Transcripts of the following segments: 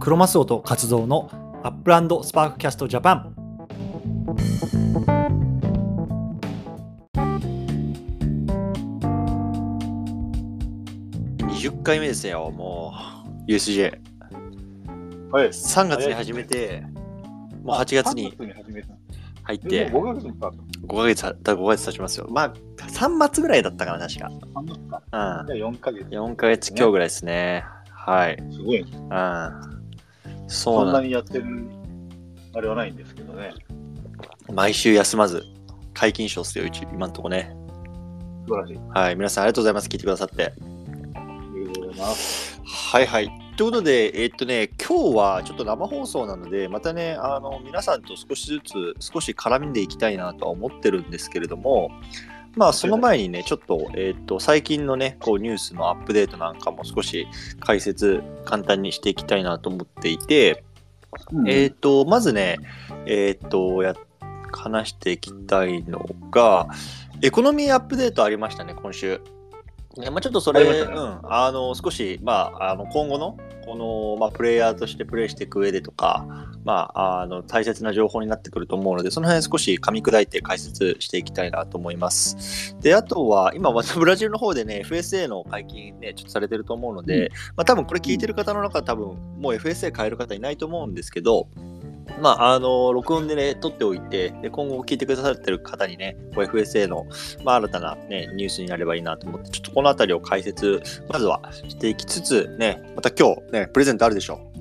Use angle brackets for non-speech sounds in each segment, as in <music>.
クロマスオと活動のアップランドスパークキャストジャパン20回目ですよもう USJ3 はい。月に始めてもう8月に3月に始めた。入ってでも5月にスタート。 5ヶ月たった5ヶ月経ちますよまあ3末ぐらいだったかな確かう3月か。んじゃあ4ヶ月。 4ヶ月強ぐらいですね。はい。すごいね。うん。そそうんななんにやってる、あれはないんですけどね。毎週休まず、解禁賞っすよ、うち今んとこね。素晴らしい。あはい。皆さんありがとうございます。聞いてくださって。りがとうございます。はいはい。ということで、えっとね、今日はちょっと生放送なので、またね、あの、皆さんと少しずつ、少し絡んでいきたいなとは思ってるんですけれども、まあ、その前にね、ちょっと、えっと、最近のね、こう、ニュースのアップデートなんかも少し解説、簡単にしていきたいなと思っていて、えっ、と、まずね、えっ、と、や、話していきたいのが、エコノミーアップデートありましたね、今週。ねまあ、ちょっとそれ、ありましたねうん、あの、少し、まあ、あの、今後の、この、まあ、プレイヤーとしてプレイしていく上でとか、まあ、あの、大切な情報になってくると思うので、その辺少し噛み砕いて解説していきたいなと思います。で、あとは、今、またブラジルの方でね、FSA の解禁ね、ちょっとされてると思うので、まあ、多分これ聞いてる方の中多分もう FSA 変える方いないと思うんですけど、まあ、あの録音でね撮っておいてで今後聞いてくださってる方にねこう FSA の、まあ、新たな、ね、ニュースになればいいなと思ってちょっとこの辺りを解説まずはしていきつつねまた今日ねプレゼントあるでしょ <laughs>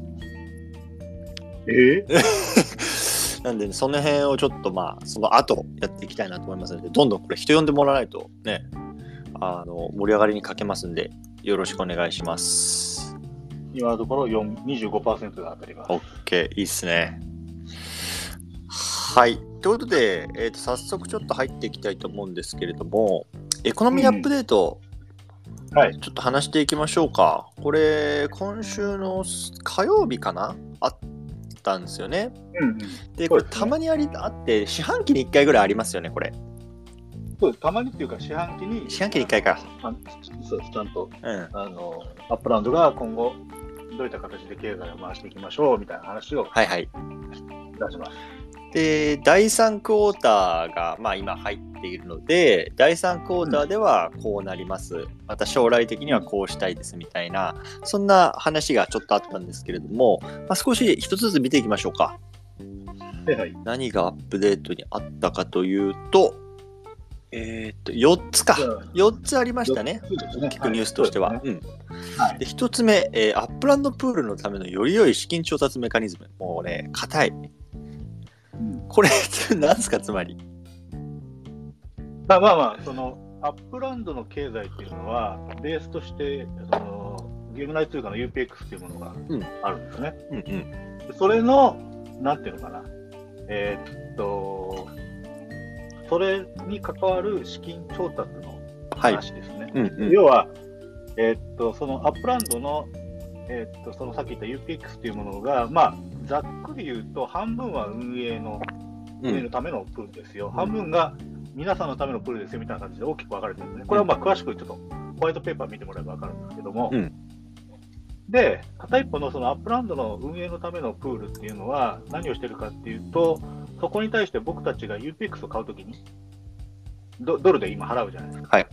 えーなんで、ね、その辺をちょっとまあその後やっていきたいなと思いますのでどんどんこれ人呼んでもらわないとねあの盛り上がりにかけますんでよろしくお願いします。今のところ4 25%が当たります。 OK、いいっすね。はい。ということで、えー、と早速ちょっと入っていきたいと思うんですけれども、エコノミーアップデート、はい。ちょっと話していきましょうか。これ、今週の火曜日かなあったんですよね。うんうん。で、これ、そうですねたまにありあって、四半期に1回ぐらいありますよね、これ。そうです。たまにっていうか、四半期に。四半期に1回か。あそうです。ちゃんと、うん。あの、アップランドが今後、どういった形で経済を回していきましょうみたいな話をはいはい。出します。で第3クォーターが、まあ、今入っているので第3クォーターではこうなります、また将来的にはこうしたいですみたいなそんな話がちょっとあったんですけれども、まあ、少し一つずつ見ていきましょうかはいはい。何がアップデートにあったかというとえーっと4つかじゃあ4つありましたねそうですね。大きくニュースとしては、はいうんはいで1つ目、えーアップランドプールのためのより良い資金調達メカニズムもうね硬いうんこれ何ですかつまりまあまあまあ、そのアップランドの経済っていうのは、ベースとしてそのゲーム内通貨の UPX っていうものがうんあるんですね。うんうんでそれの、なんていうのかな、えーっと、それに関わる資金調達のはい。話ですね。うんうん要は、えーっと、そのアップランドの、えーっと、そのさっき言った UPX っていうものが、まあ、ざっくり言うと、半分は運営のう運営のんためのプールですよ、半分が皆さんのためのプールですよみたいな感じで大きく分かれてるんですね。これはまあ詳しくちょっとホワイトペーパー見てもらえば分かるんですけども、うんで、片一方のそのアップランドの運営のためのプールっていうのは、何をしてるかっていうと、そこに対して僕たちが UPX を買うときにド、ドルで今払うじゃないですか。はい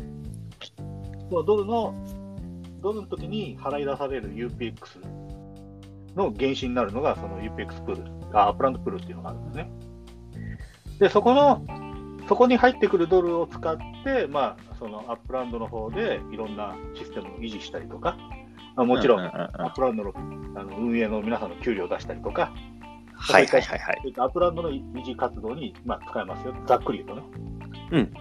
そのドルのドルの時に払い出される UPX の原資になるのが、その UPX プール、あアップランドプールっていうのがあるんですね。で、そこの、そこに入ってくるドルを使って、まあ、そのアップランドの方でいろんなシステムを維持したりとか、まあ、もちろん、ううアううップランドのあの運営の皆さんの給料を出したりとか、はいはいはいはい。そういったアップランドの維持活動に、まあ、使えますよ、ざっくり言うとね。うん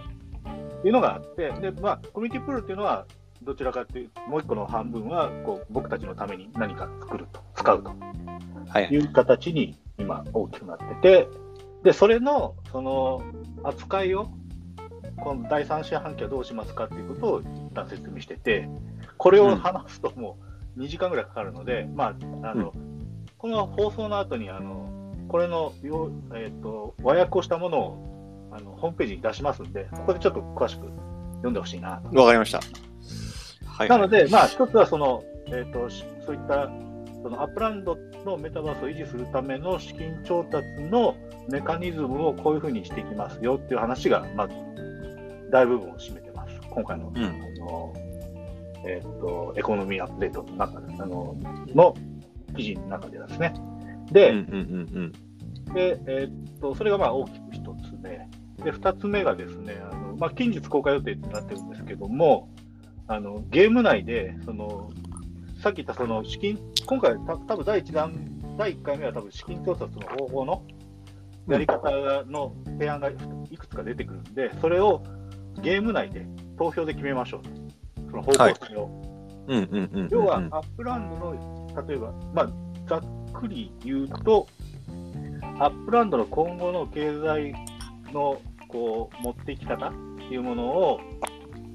っていうのがあって、でまあ、コミュニティプールっていうのは、どちらかというと、もう一個の半分はこう僕たちのために何か作ると、使うとはいい。う形に今、大きくなってて、でそれのその扱いを、この第三四半期はどうしますかっていうことを一旦説明してて、これを話すともう2時間ぐらいかかるので、まああのこの放送の後にあのこれのよう、えー、と和訳をしたものをあのホームページに出しますんで、ここでちょっと詳しく読んでほしいなと。わかりました。はい。なので、まあ、一つはその、えー、としそういったそのアップランドのメタバースを維持するための資金調達のメカニズムをこういうふうにしていきますよっていう話が、まず大部分を占めてます、今回の,、うんあのえっとエコノミーアップデートの中であのの記事の中でですね。で、うんうんうんで、えーっとそれがまあ大きく一つ目。で、二つ目がですね、あのまあ、近日公開予定になってるんですけども、あのゲーム内で、そのさっき言ったその資金、今回た多分第一弾、第一回目は多分資金調達の方法のうんやり方の提案がいくつか出てくるんで、それをゲーム内で投票で決めましょうと。その方向性を。うんうんうんうん要はアップランドの、例えば、まあ、ざっくり言うと、アップランドの今後の経済のこう持っていき方っていうものを、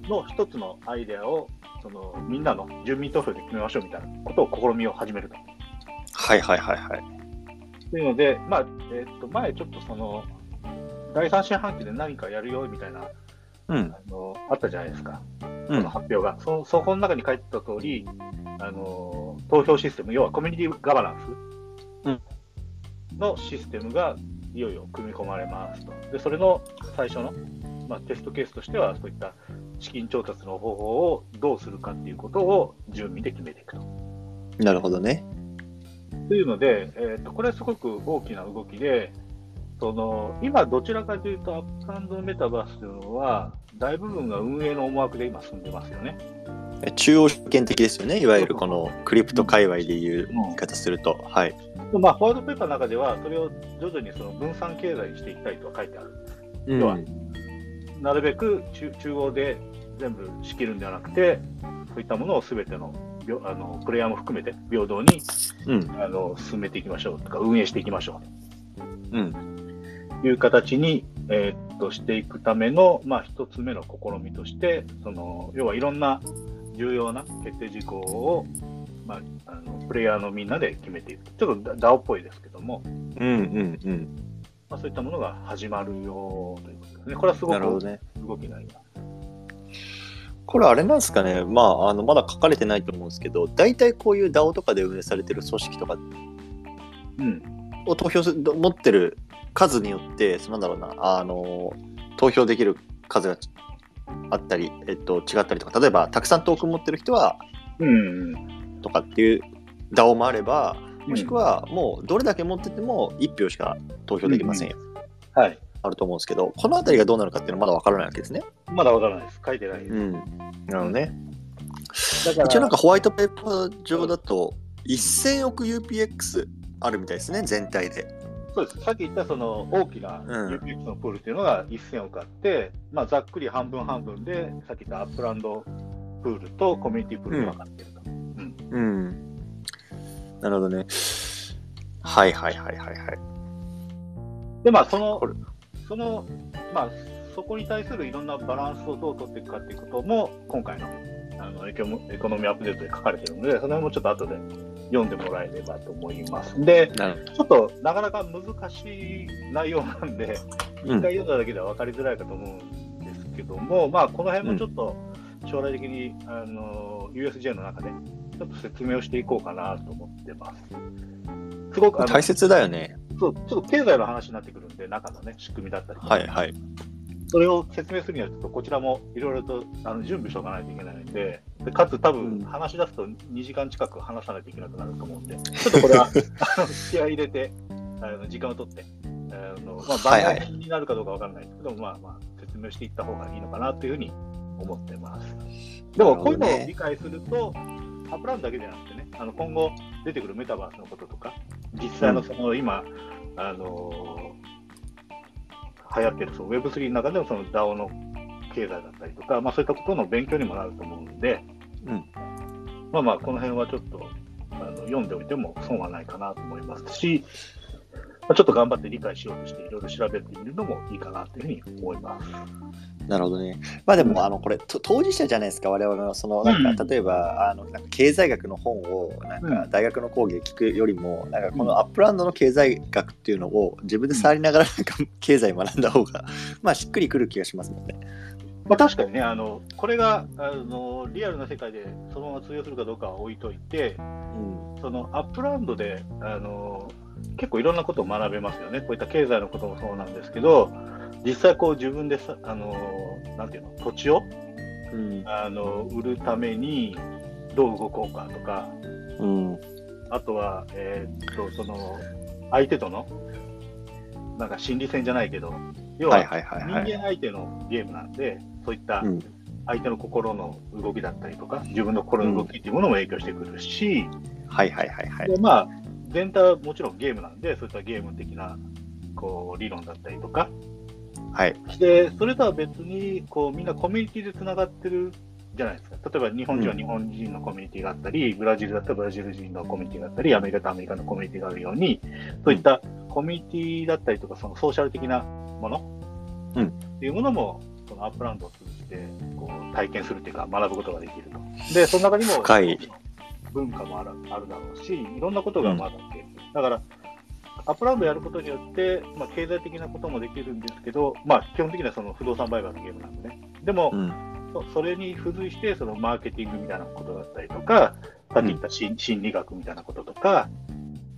の一つのアイデアを、そのみんなの住民投票で決めましょうみたいなことを試みを始めると。はいはいはいはいというので、まあえっと前ちょっとその、第三四半期で何かやるよみたいなうんあのあったじゃないですか。うそのん発表が、そそこの中に書いてた通り、あの投票システム、要はコミュニティガバナンうんスのシステムがいよいよ組み込まれますと、でそれの最初の、まあ、テストケースとしては、そういった資金調達の方法をどうするかっていうことを準備で決めていくと。なるほどねというので、えーとこれはすごく大きな動きで、その今、どちらかというと、アップランドメタバースというのは、大部分が運営の思惑で今、進んでますよね。中央集権的ですよねいわゆるこのクリプト界隈でいううん言い方するとはいまあ、フォワードペーパーの中では、それを徐々にその分散経済にしていきたいとは書いてある。要はなるべく中中央で全部仕切るんではなくて、そういったものをすべてのびょあのプレイヤーも含めて平等にうんあの進めていきましょうとか、運営していきましょうんうという形に、えーっとしていくための、まあ、一つ目の試みとして、その要はいろんな重要な決定事項を、まあ、あのプレイヤーのみんなで決めていく、ちょっと DAO っぽいですけども。うんうんうんまあ、そういったものが始まるよということですね。これはすごなるほくどね動きになります。これあれなんですかねまああのまだ書かれてないと思うんですけど大体こういう DAO とかで運営されてる組織とかうん。を投票する持ってる数によってそのなんだろうなあの投票できる数があったり、えっと、違ったりとか例えばたくさんトークン持ってる人はうん。とかっていう DAO もあればもしくはもうどれだけ持ってても1票しか投票できませんよ、はい。あると思うんですけどこの辺りがどうなるかっていうのはまだ分からないわけですね。まだわからないです。書いてないです。ん、なのねだから一応なんかホワイトペーパー上だと1000億 UPX あるみたいですね全体で。そうです。さっき言ったその大きなうん UPX のプールっていうのが1000億あって、まあざっくり半分半分で、さっき言ったアップランドプールとコミュニティプールに分かってると。うん。なるほどね。はいはいはいはいはい。で、まあそのこれ、その、まあそこに対するいろんなバランスをどう取っていくかっていうことも、今回のあのエコノエコノミーアップデートで書かれてるので、その辺もちょっと後で読んでもらえればと思います。で、なるちょっとなかなか難しい内容なんで、う一ん回読んだだけでは分かりづらいかと思うんですけども、まあ、この辺もちょっと将来的に、あの USJ の中でちょっと説明をしていこうかなと思ってます。すごくあの大切だよね。そうちょっと経済の話になってくるんで、中の、ね、仕組みだったり、はいはい。それを説明するには、ちょっとこちらもいろいろとあの準備しておかないといけないので、でかつ多うん分話し出すと2時間近く話さないといけなくなると思う <laughs> んで、ちょっとこれはあの気合い入れて、あの時間を取って、あのまあ、はいはい番組になるかどうかわからないですけど、まあまあ、説明していった方がいいのかなというふうに思ってます。でも、こういうのを理解すると、アップランドだけじゃなくてね、あの今後出てくるメタバースのこととか、実際のその今、あのー流行ってるその Web3 の中でもその DAO の経済だったりとか、まあ、そういったことの勉強にもなると思うんで、うんまあまあ、この辺はちょっとあの読んでおいても損はないかなと思いますし、まあちょっと頑張って理解しようとして、いろいろ調べてみるのもいいかなというふうに思います。なるほどね。まあでも、あの、これ、と当事者じゃないですか、我々は。その、なんか、うん例えば、あの、なんか経済学の本を、なんうか、ん大学の講義で聞くよりも、なんか、このアップランドの経済学っていうの <laughs> を、自分で触りながら、なんか、経済学んだ方が、まあ、しっくりくる気がしますもんね。まあ、確かにね、あのこれがあのリアルな世界でそのまま通用するかどうかは置いといて、うんそのアップランドであの結構いろんなことを学べますよね、こういった経済のこともそうなんですけど、実際こう自分でさあのなんていうの土地をうんあの売るためにどう動こうかとか、うんあとは、えーっとその相手とのなんか心理戦じゃないけど、要はいははいはい人はい。間相手のゲームなんで、そういったうん相手の心の動きだったりとか、自分の心の動きっていうものも影響してくるし、はいはいはいはい。でまあ、全体はもちろんゲームなんで、そういったゲーム的なこう理論だったりとか、はい。してそれとは別にこうみんなコミュニティでつながってるじゃないですか例えば日本人はうん日本人のコミュニティがあったり、ブラジルだったらブラジル人のコミュニティがあったりアメリカとアメリカのコミュニティがあるようにそういったコミュニティだったりとかそのソーシャル的なもの、うんっていうものもそのアップランドを通じてこう体験するっていうか学ぶことができるとでその中にも深い文化もあるあるだろうしいろんなことが学べる、だからアップランドやることによって、まあ、経済的なこともできるんですけど、まあ、基本的にはその不動産売買のゲームなんでね。でも、うんそそれに付随して、そのマーケティングみたいなことだったりとか、さっき言った心,、心理学みたいなこととか、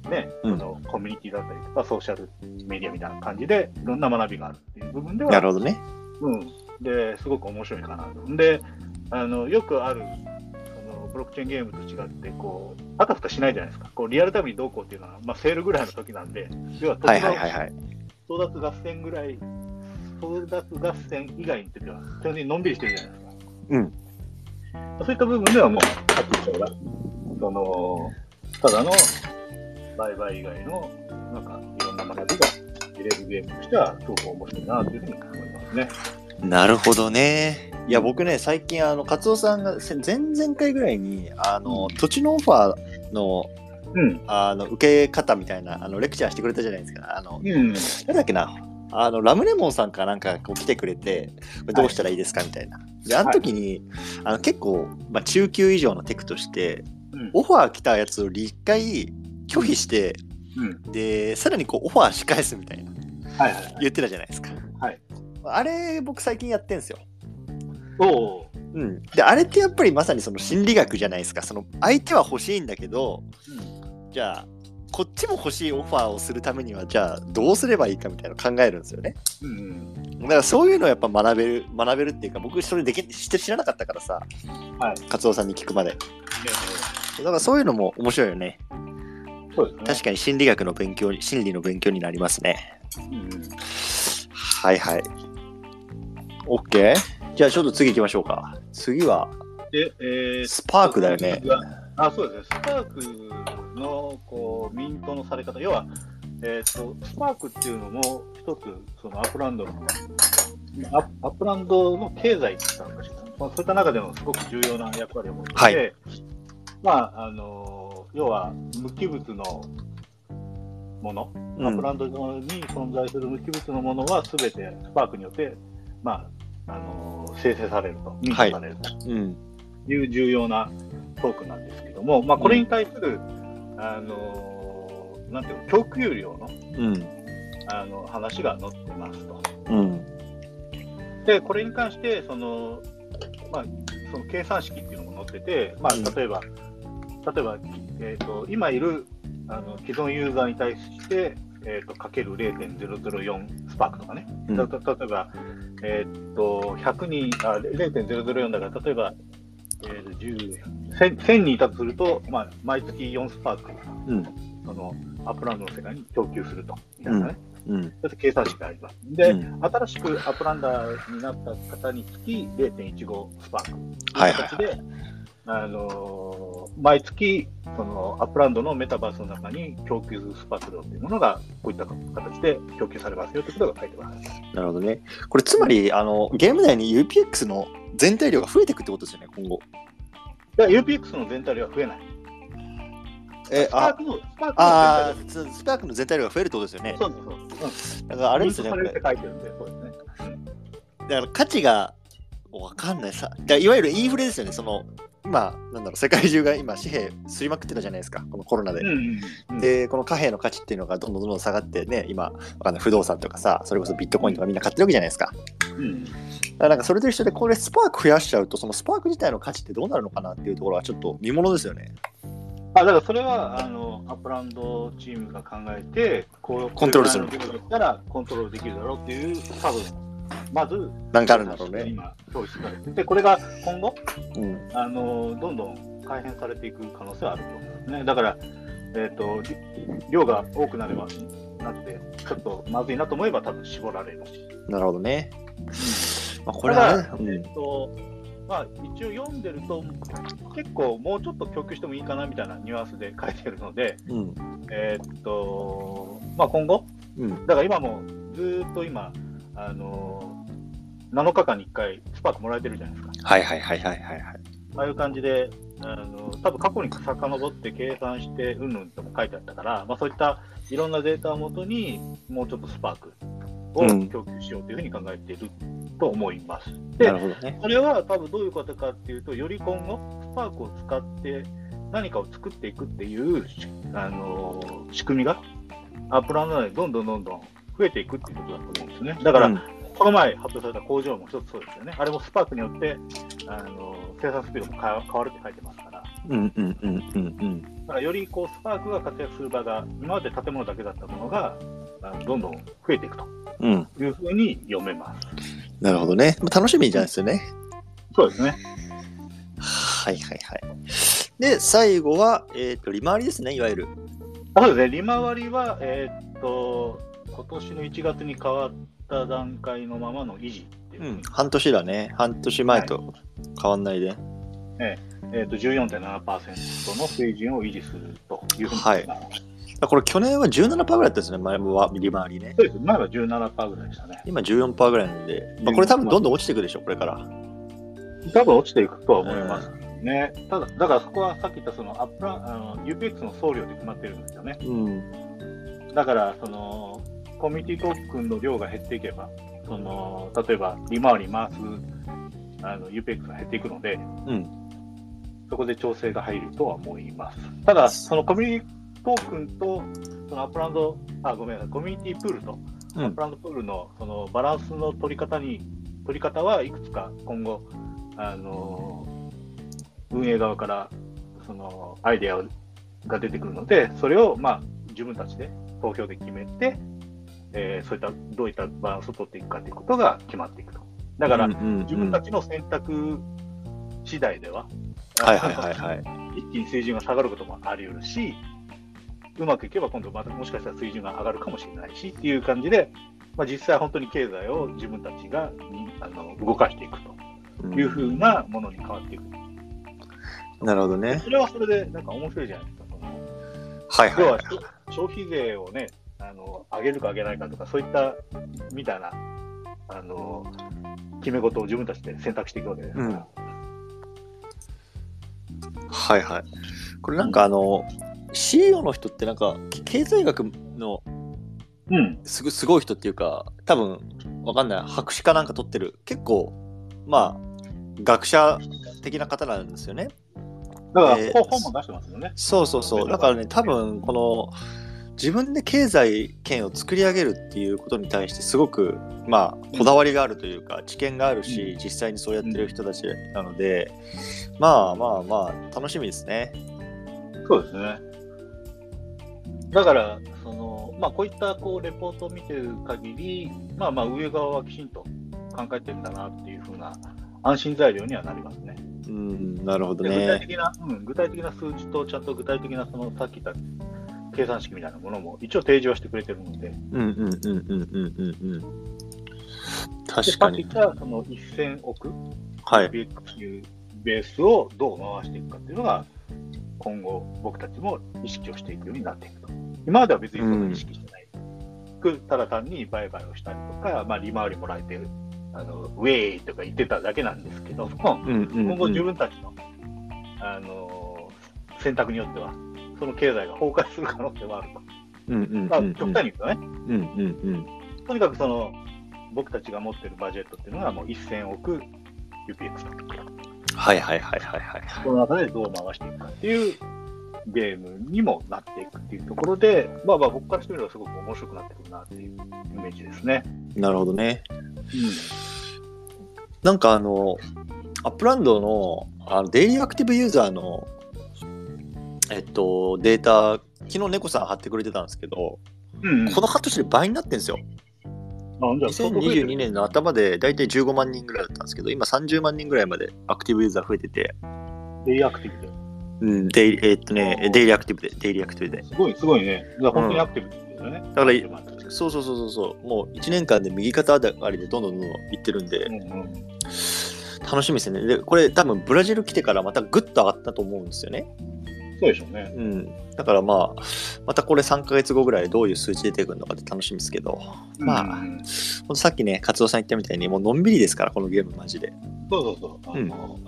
ね、そうんのコミュニティだったりとか、ソーシャルメディアみたいな感じで、いろんな学びがあるっていう部分では、なるほどね。うん、ですごく面白いかなと。であのよくあるそのブロックチェーンゲームと違ってこうあたふたしないじゃないですかこうリアルタイムにどうこうっていうのは、まあ、セールぐらいの時なんで要ははいはいはいはい。争奪合戦ぐらい争奪合戦以外の時は基本的にのんびりしてるじゃないですかうん。そういった部分ではもうさっき言ったようなそのただの売買以外のなんかいろんな学びが入れるゲームとしてはすごく面白いなというふうに思いますね。なるほどね。いや僕ね最近あのカツオさんがせ前々回ぐらいにあの土地のオファーのうんあの受け方みたいなあのレクチャーしてくれたじゃないですか。あのうなんん、だっけなあのラムレモンさんかなんかこう来てくれてこれどうしたらいいですかみたいな。であの時に、あの結構、まあ、中級以上のテクとしてうんオファー来たやつを一回拒否してうん、でさらにこうオファーし返すみたいなはいはいはい。言ってたじゃないですか。はいあれ僕最近やってんですよ。おううん、であれってやっぱりまさにその心理学じゃないですかその相手は欲しいんだけどじゃあこっちも欲しいオファーをするためにはじゃあどうすればいいかみたいなのを考えるんですよねうん、うん、だからそういうのをやっぱ学べる学べるっていうか僕それできして知らなかったからさ、、はいカツオさんに聞くまでだからそういうのも面白いよねそうです確かに心理学の勉強に心理の勉強になりますねね。うんはいはい OK じゃあちょっと次行きましょうか次はで、えー、スパークだよねあ、そうですね。スパークのこうミントのされ方、要は、えっ、と、スパークっていうのも一つそのアップランドのアップアップランドの経済って言ったのかしら、まあ、そういった中でもすごく重要な役割を持っていて、はいまあ、あの要は無機物のもの、うアップんランド上に存在する無機物のものは全てスパークによって、まあ、あの生成されると、認可されるとうんいう重要なトークンなんですけども、まあ、これに対する、あのなんていうの供給量のうんあの話が載ってますと。うんでこれに関してその、まあ、その計算式っていうのも載ってて、まうんあ、例えば、例えば、えー、と今いるあの既存ユーザーに対して、えー、とかける0.004スパークとかね、うんた例えば、えー、と100人あ0.004だから例えば、えー、10 1000, 1000人いたとすると、まあ、毎月4スパークうんそのアップランドの世界に供給するとみたいなね、うんそういった計算式があります。で、うん新しくアップランダーになった方につき0.15スパークというはいはい形で、あのー毎月そのアップランドのメタバースの中に供給するスパーク量というものがこういった形で供給されますよということが書いてます。なるほどね。これつまりあのゲーム内に UPX の全体量が増えていくってことですよね、今後。だから UPX の全体量は増えない。えスパーあクのスパークあの全体量ー、スパークの全体量が増えるってことですよね。そうそうそう。だからああれですね、さこれるっれて書いてるんで、そうですね。だから価値がわかんないさ、だからいわゆるインフレですよね、その今、なんだろう、世界中が今、紙幣すりまくってたじゃないですか、このコロナで。うんうん、で、この貨幣の価値っていうのがどんどんどんどん下がってね、今、わかんない不動産とかさ、それこそビットコインとかみんな買ってるわけじゃないですか。うん、だからなんかそれと一緒で、これスパーク増やしちゃうと、そのスパーク自体の価値ってどうなるのかなっていうところはちょっと見ものですよね。あだからそれはあのアップランドチームが考えてこうコントロールするこれぐらいの量だったらコントロールできるだろうっていう多分まずなんかあるんだろうね。今教室されててこれが今後うん。あのどんどん改変されていく可能性はあると思うんですねだからえっ、とり量が多くなればなってちょっとまずいなと思えば多分絞られるしなるほどね。まあ、これはね、ただうえんっ、とまあ、一応読んでると結構もうちょっと供給してもいいかなみたいなニュアンスで書いてるので、うん、えーっと、まあ、今後、うん、だから今もずーっと今、あのー7日間に1回スパークもらえてるじゃないですか。はいはいはいはいはいはい。ああいう感じで、あのー多分過去に遡って計算して、うんうんとも書いてあったから、まあ、そういったいろんなデータをもとに、もうちょっとスパークをうん供給しようというふうに考えていると思います。でなるほどね。それは多分どういうことかっていうと、より今後、スパークを使って何かを作っていくっていう、しあのー仕組みが、アップランド内でどんどんどんどん増えていくっていうことだと思うんですね。だから、うんこの前発表された工場も一つそうですよね。あれもスパークによって、あのー生産スピードも変わ変わるって書いてますから。うんうんうんうんうん。だからよりこうスパークが活躍する場が、今まで建物だけだったものが、あのどんどん増えていくとうん、いうふうに読めます。なるほどね。まあ楽しみじゃないですよね。そうですね。はいはいはい。で、最後は、えっ、と、利回りですね、いわゆる。あそうですね、利回りは、えーっと、今年の1月に変わった段階のままの維持っていうう、ん、半年だね。半年前と変わんないで。えーっと14.7%の水準を維持するというふうに、はいあこれ、去年は17%ぐらいだったんですね、前は利回りね。そうです、前は17%ぐらいでしたね。今14%ぐらいなんで、まあ、これ多分どんどん落ちていくでしょ、これから。多分落ちていくとは思いますね。ただ、だからそこはさっき言ったそのアップランあの UPX の送料で決まってるんですよね。うん。だから、そのコミュニティトークンの量が減っていけば、その例えば利回り回すあの UPX が減っていくので、うん。そこで調整が入るとは思います。ただ、そのコミュニティトークンと、そのアップランド、あ、ごめんなさい、コミュニティプールと、うアッんプ。ランドプールのそのバランスの取り方に、取り方はいくつか今後、あのー運営側からそのアイデアが出てくるので、それをまあ自分たちで投票で決めて、えーそういったどういったバランスを取っていくかということが決まっていくと。だから、うんうんうん自分たちの選択次第では、はいはいはいはい。一気に水準が下がることもあり得るし、うまくいけば今度またもしかしたら水準が上がるかもしれないしっていう感じで、まあ、実際本当に経済を自分たちがにあの動かしていくというふうなものに変わっていく。なるほどね。それはそれでなんか面白いじゃないですか。そのはいはいは。要はい消費税をね、あの上げるか上げないかとか、そういったみたいなあの決め事を自分たちで選択していくわけですかうら。んはいはい。これなんかあの、CEO の人ってなんか、け経済学のうんすごすごい人っていうか、多分わかんない、博士かなんか取ってる、結構、まあ、学者的な方なんですよね。だから、えーこう本も出してますよね。そうそうそう。だからね、多分この、自分で経済圏を作り上げるっていうことに対してすごく、まあ、こだわりがあるというか、知見があるし、実際にそうやってる人たちなので、まあまあまあ、楽しみですね。そうですね。だから、そのまあ、こういったこうレポートを見てる限り、まあまあ、上側はきちんと考えてるんだなっていうふうな安心材料にはなりますね。うん、なるほどで具体ね。的な、うん、具体的な数字と、ちゃんと具体的なそのさっき言った計算式みたいなものも一応提示はしてくれてるので、うんうんうんうんうんうんうん。で確さかっきに言っ。たその1000億はい。 BXU ベースをどう回していくかっていうのが、今後、僕たちも意識をしていくようになっていくと。今までは別にそんな意識してない。くただ単に売買をしたりとか、まあ、利回りもらえてるあの、ウェイとか言ってただけなんですけども、うんうん今後、自うん分たちの、あの選択によっては、その経済が崩壊する可能性はあると。うんうんまあ、極端に言うとね、うんうんとにかくその僕たちが持ってるバジェットっていうのが、もう1000億 UPX と。はいはいはいはいはい。その中でどう回していくかっていうゲームにもなっていくっていうところで、まあまあ僕からしてみればすごく面白くなってくるなっていうイメージですね。なるほどね。なんかあの、アップランドのあのデイリーアクティブユーザーの、えっと、データ、昨日猫さん貼ってくれてたんですけど、うん。うん。この半年で倍になってるんですよ。あじゃあ相当増えてる2022年の頭で大体15万人ぐらいだったんですけど、今30万人ぐらいまでアクティブユーザー増えてて、デイアクティブで。うん、デイえっとね、デイリーアクティブで、デイリーアクティブで。すごい、すごいね。だから本当にアクティブですよね。だから、そうそうそうそうそう、もう1年間で右肩上がりでどんどんどんどんいってるんでう、んうん。楽しみですね。で、これ多分ブラジル来てからまたぐっと上がったと思うんですよね。そうでしょうね。うん、だからまあ、またこれ3ヶ月後ぐらいどういう数値出てくるのかって楽しみですけど、まあうんうほんんとさっきね、カツオさん言ったみたいに、もうのんびりですから、このゲームマジで。そうそうそう。あの、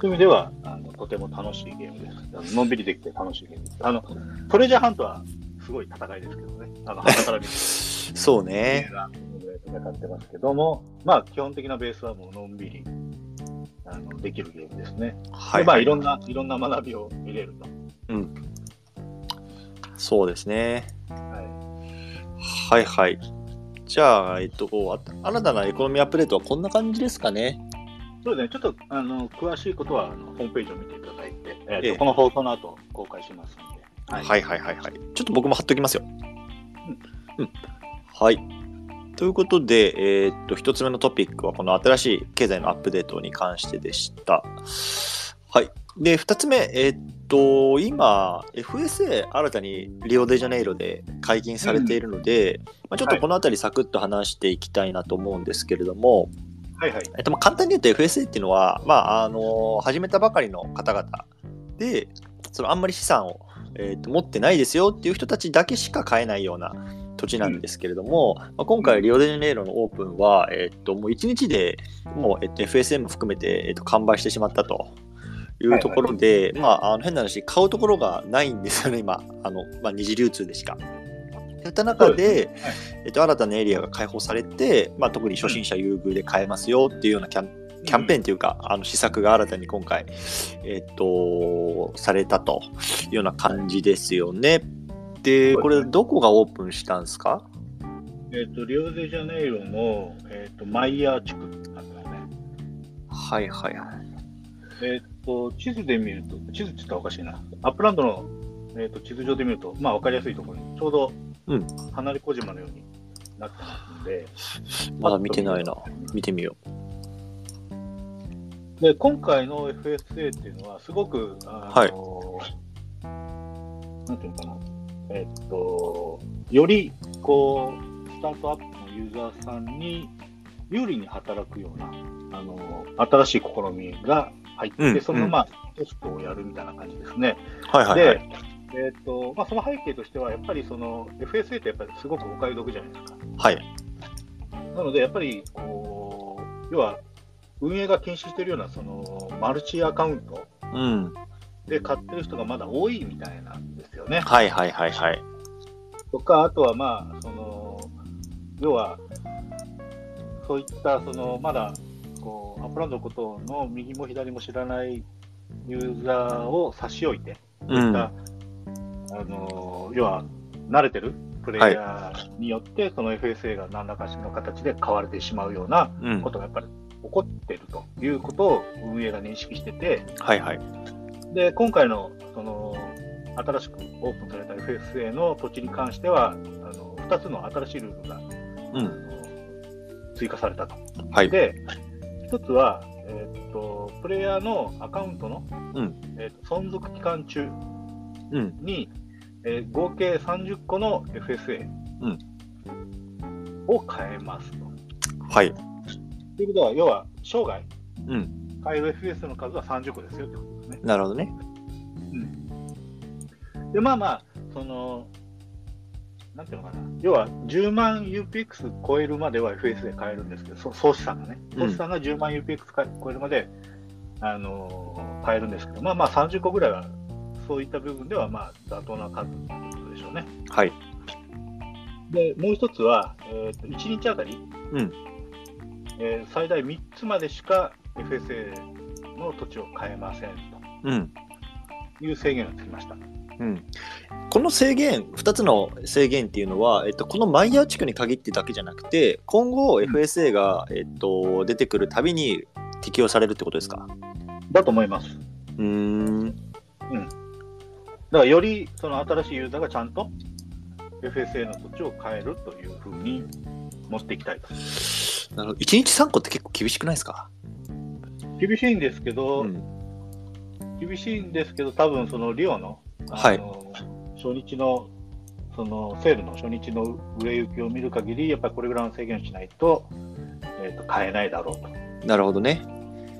そういう意味ではあの、とても楽しいゲームですあの。のんびりできて楽しいゲームです。あの、トレジャーハントはすごい戦いですけどね。あの、旗から見て。そうね。戦ってますけども、まあ、基本的なベースはもうのんびりあのできるゲームですね。はでまあ、いろんな、いろんな学びを見れると。そうですね。ははいはい。じゃあ、えっと、こうあ新たなエコノミーアップデートはこんな感じですかね。い、そうですね、ちょっとあの詳しいことはあのホームページを見ていただいて、えーとええこの放送の後公開しますので。はいはいはいはいはい。ちょっと僕も貼っときますよ。うん。はい。ということで、えーっと、一つ目のトピックは、この新しい経済のアップデートに関してでした。はい。で、二つ目、えーっと、今、FSA、新たにリオデジャネイロで解禁されているので、まあ、ちょっとこのあたり、サクッと話していきたいなと思うんですけれども、はいはい。えっと、まあ簡単に言うと FSA っていうのは、まああの始めたばかりの方々でそのあんまり資産を、えっと持ってないですよっていう人たちだけしか買えないような土地なんですけれども、まあ、今回リオデジャネイロのオープンは、えっともう1日でもう、えっと FSM 含めて、えっと完売してしまったと。いうところで、まあ、あの変な話、買うところがないんですよね、今、あのまあ、二次流通でしか。そういった中で、えっと、新たなエリアが開放されて、まあ、特に初心者優遇で買えますよっていうようなキャンキャンペーンというか、あの施策が新たに今回、えっと、されたというような感じですよね。で、これ、どこがオープンしたんですかえっ、と、リオデジャネイロの、えっとマイヤー地区なんですね。はいはいはい。えっと、地図で見ると、地図って言ったらおかしいな。アップランドの、えっと地図上で見ると、まあ分かりやすいところに、ちょうどうん離れ小島のようになってますんで、まだ見てないな。見てみよで今回の FSA っていうのは、すごく、あのなんていうのかな、えっと、よりこう、スタートアップのユーザーさんに有利に働くような、あの新しい試みが入って、うんそのまあ、テストをやるみたいな感じですね。う。はいはい、はいで。、えっとまあ、その背景としては、やっぱりその FSA ってやっぱりすごくお買い得じゃないですか。はい。なので、やっぱりこう、要は運営が禁止しているようなそのマルチアカウントうん。で買ってる人がまだ多いみたいなんですよね。はいはいはいはい。とか、あとはまあ、その要は、そういったそのまだこうアップランドのことの右も左も知らないユーザーを差し置いて、うん。あはの要は慣れてるプレイヤーによって、その FSA が何らかの形で買われてしまうようなうんこ、とがやっぱり起こってるということを運営が認識してて、はいはい。で今回のその新しくオープンされた FSA の土地に関してはあの、2つの新しいルールが、うあん。の追加されたと。はい。で、1つは、えーっとプレイヤーのアカウントの、うんえーっと存続期間中うん。に、えー合計30個の FSA うんを変えますと。はい。ということは、要は生涯、うん。買える FS の数は30個ですよってことですね。なるほどね。で、まあまあ、その、なんていうのかな、要は10万 UPX 超えるまでは FS で買えるんですけど、そ総資産がね、うん総資産が10万 UPX か超えるまで、あのー買えるんですけど、まあまあ30個ぐらいは、そういった部分では、まあ、妥当な数っていうことでしょうね。はい。で、もう一つは、えーと1日あたり、うんえー最大3つまでしか FSA のの土地を買えませんうんという制限がつきました。うん、この制限2つの制限っていうのは、えっと、このマイヤー地区に限ってだけじゃなくて今後うん FSA が、えっと、出てくるたびに適用されるってことですかだと思います。うーんだからよりその新しいユーザーがちゃんと FSA の土地を変えるというふうに持っていきたいと。なるほど1日3個って結構厳しくないですか、厳しいんですけど、うん厳しいんですけど、多分そのリオのはいあの初日のそのセールの初日の売れ行きを見る限り、やっぱりこれぐらいの制限しないと,、えー、と買えないだろうと。なるほどね、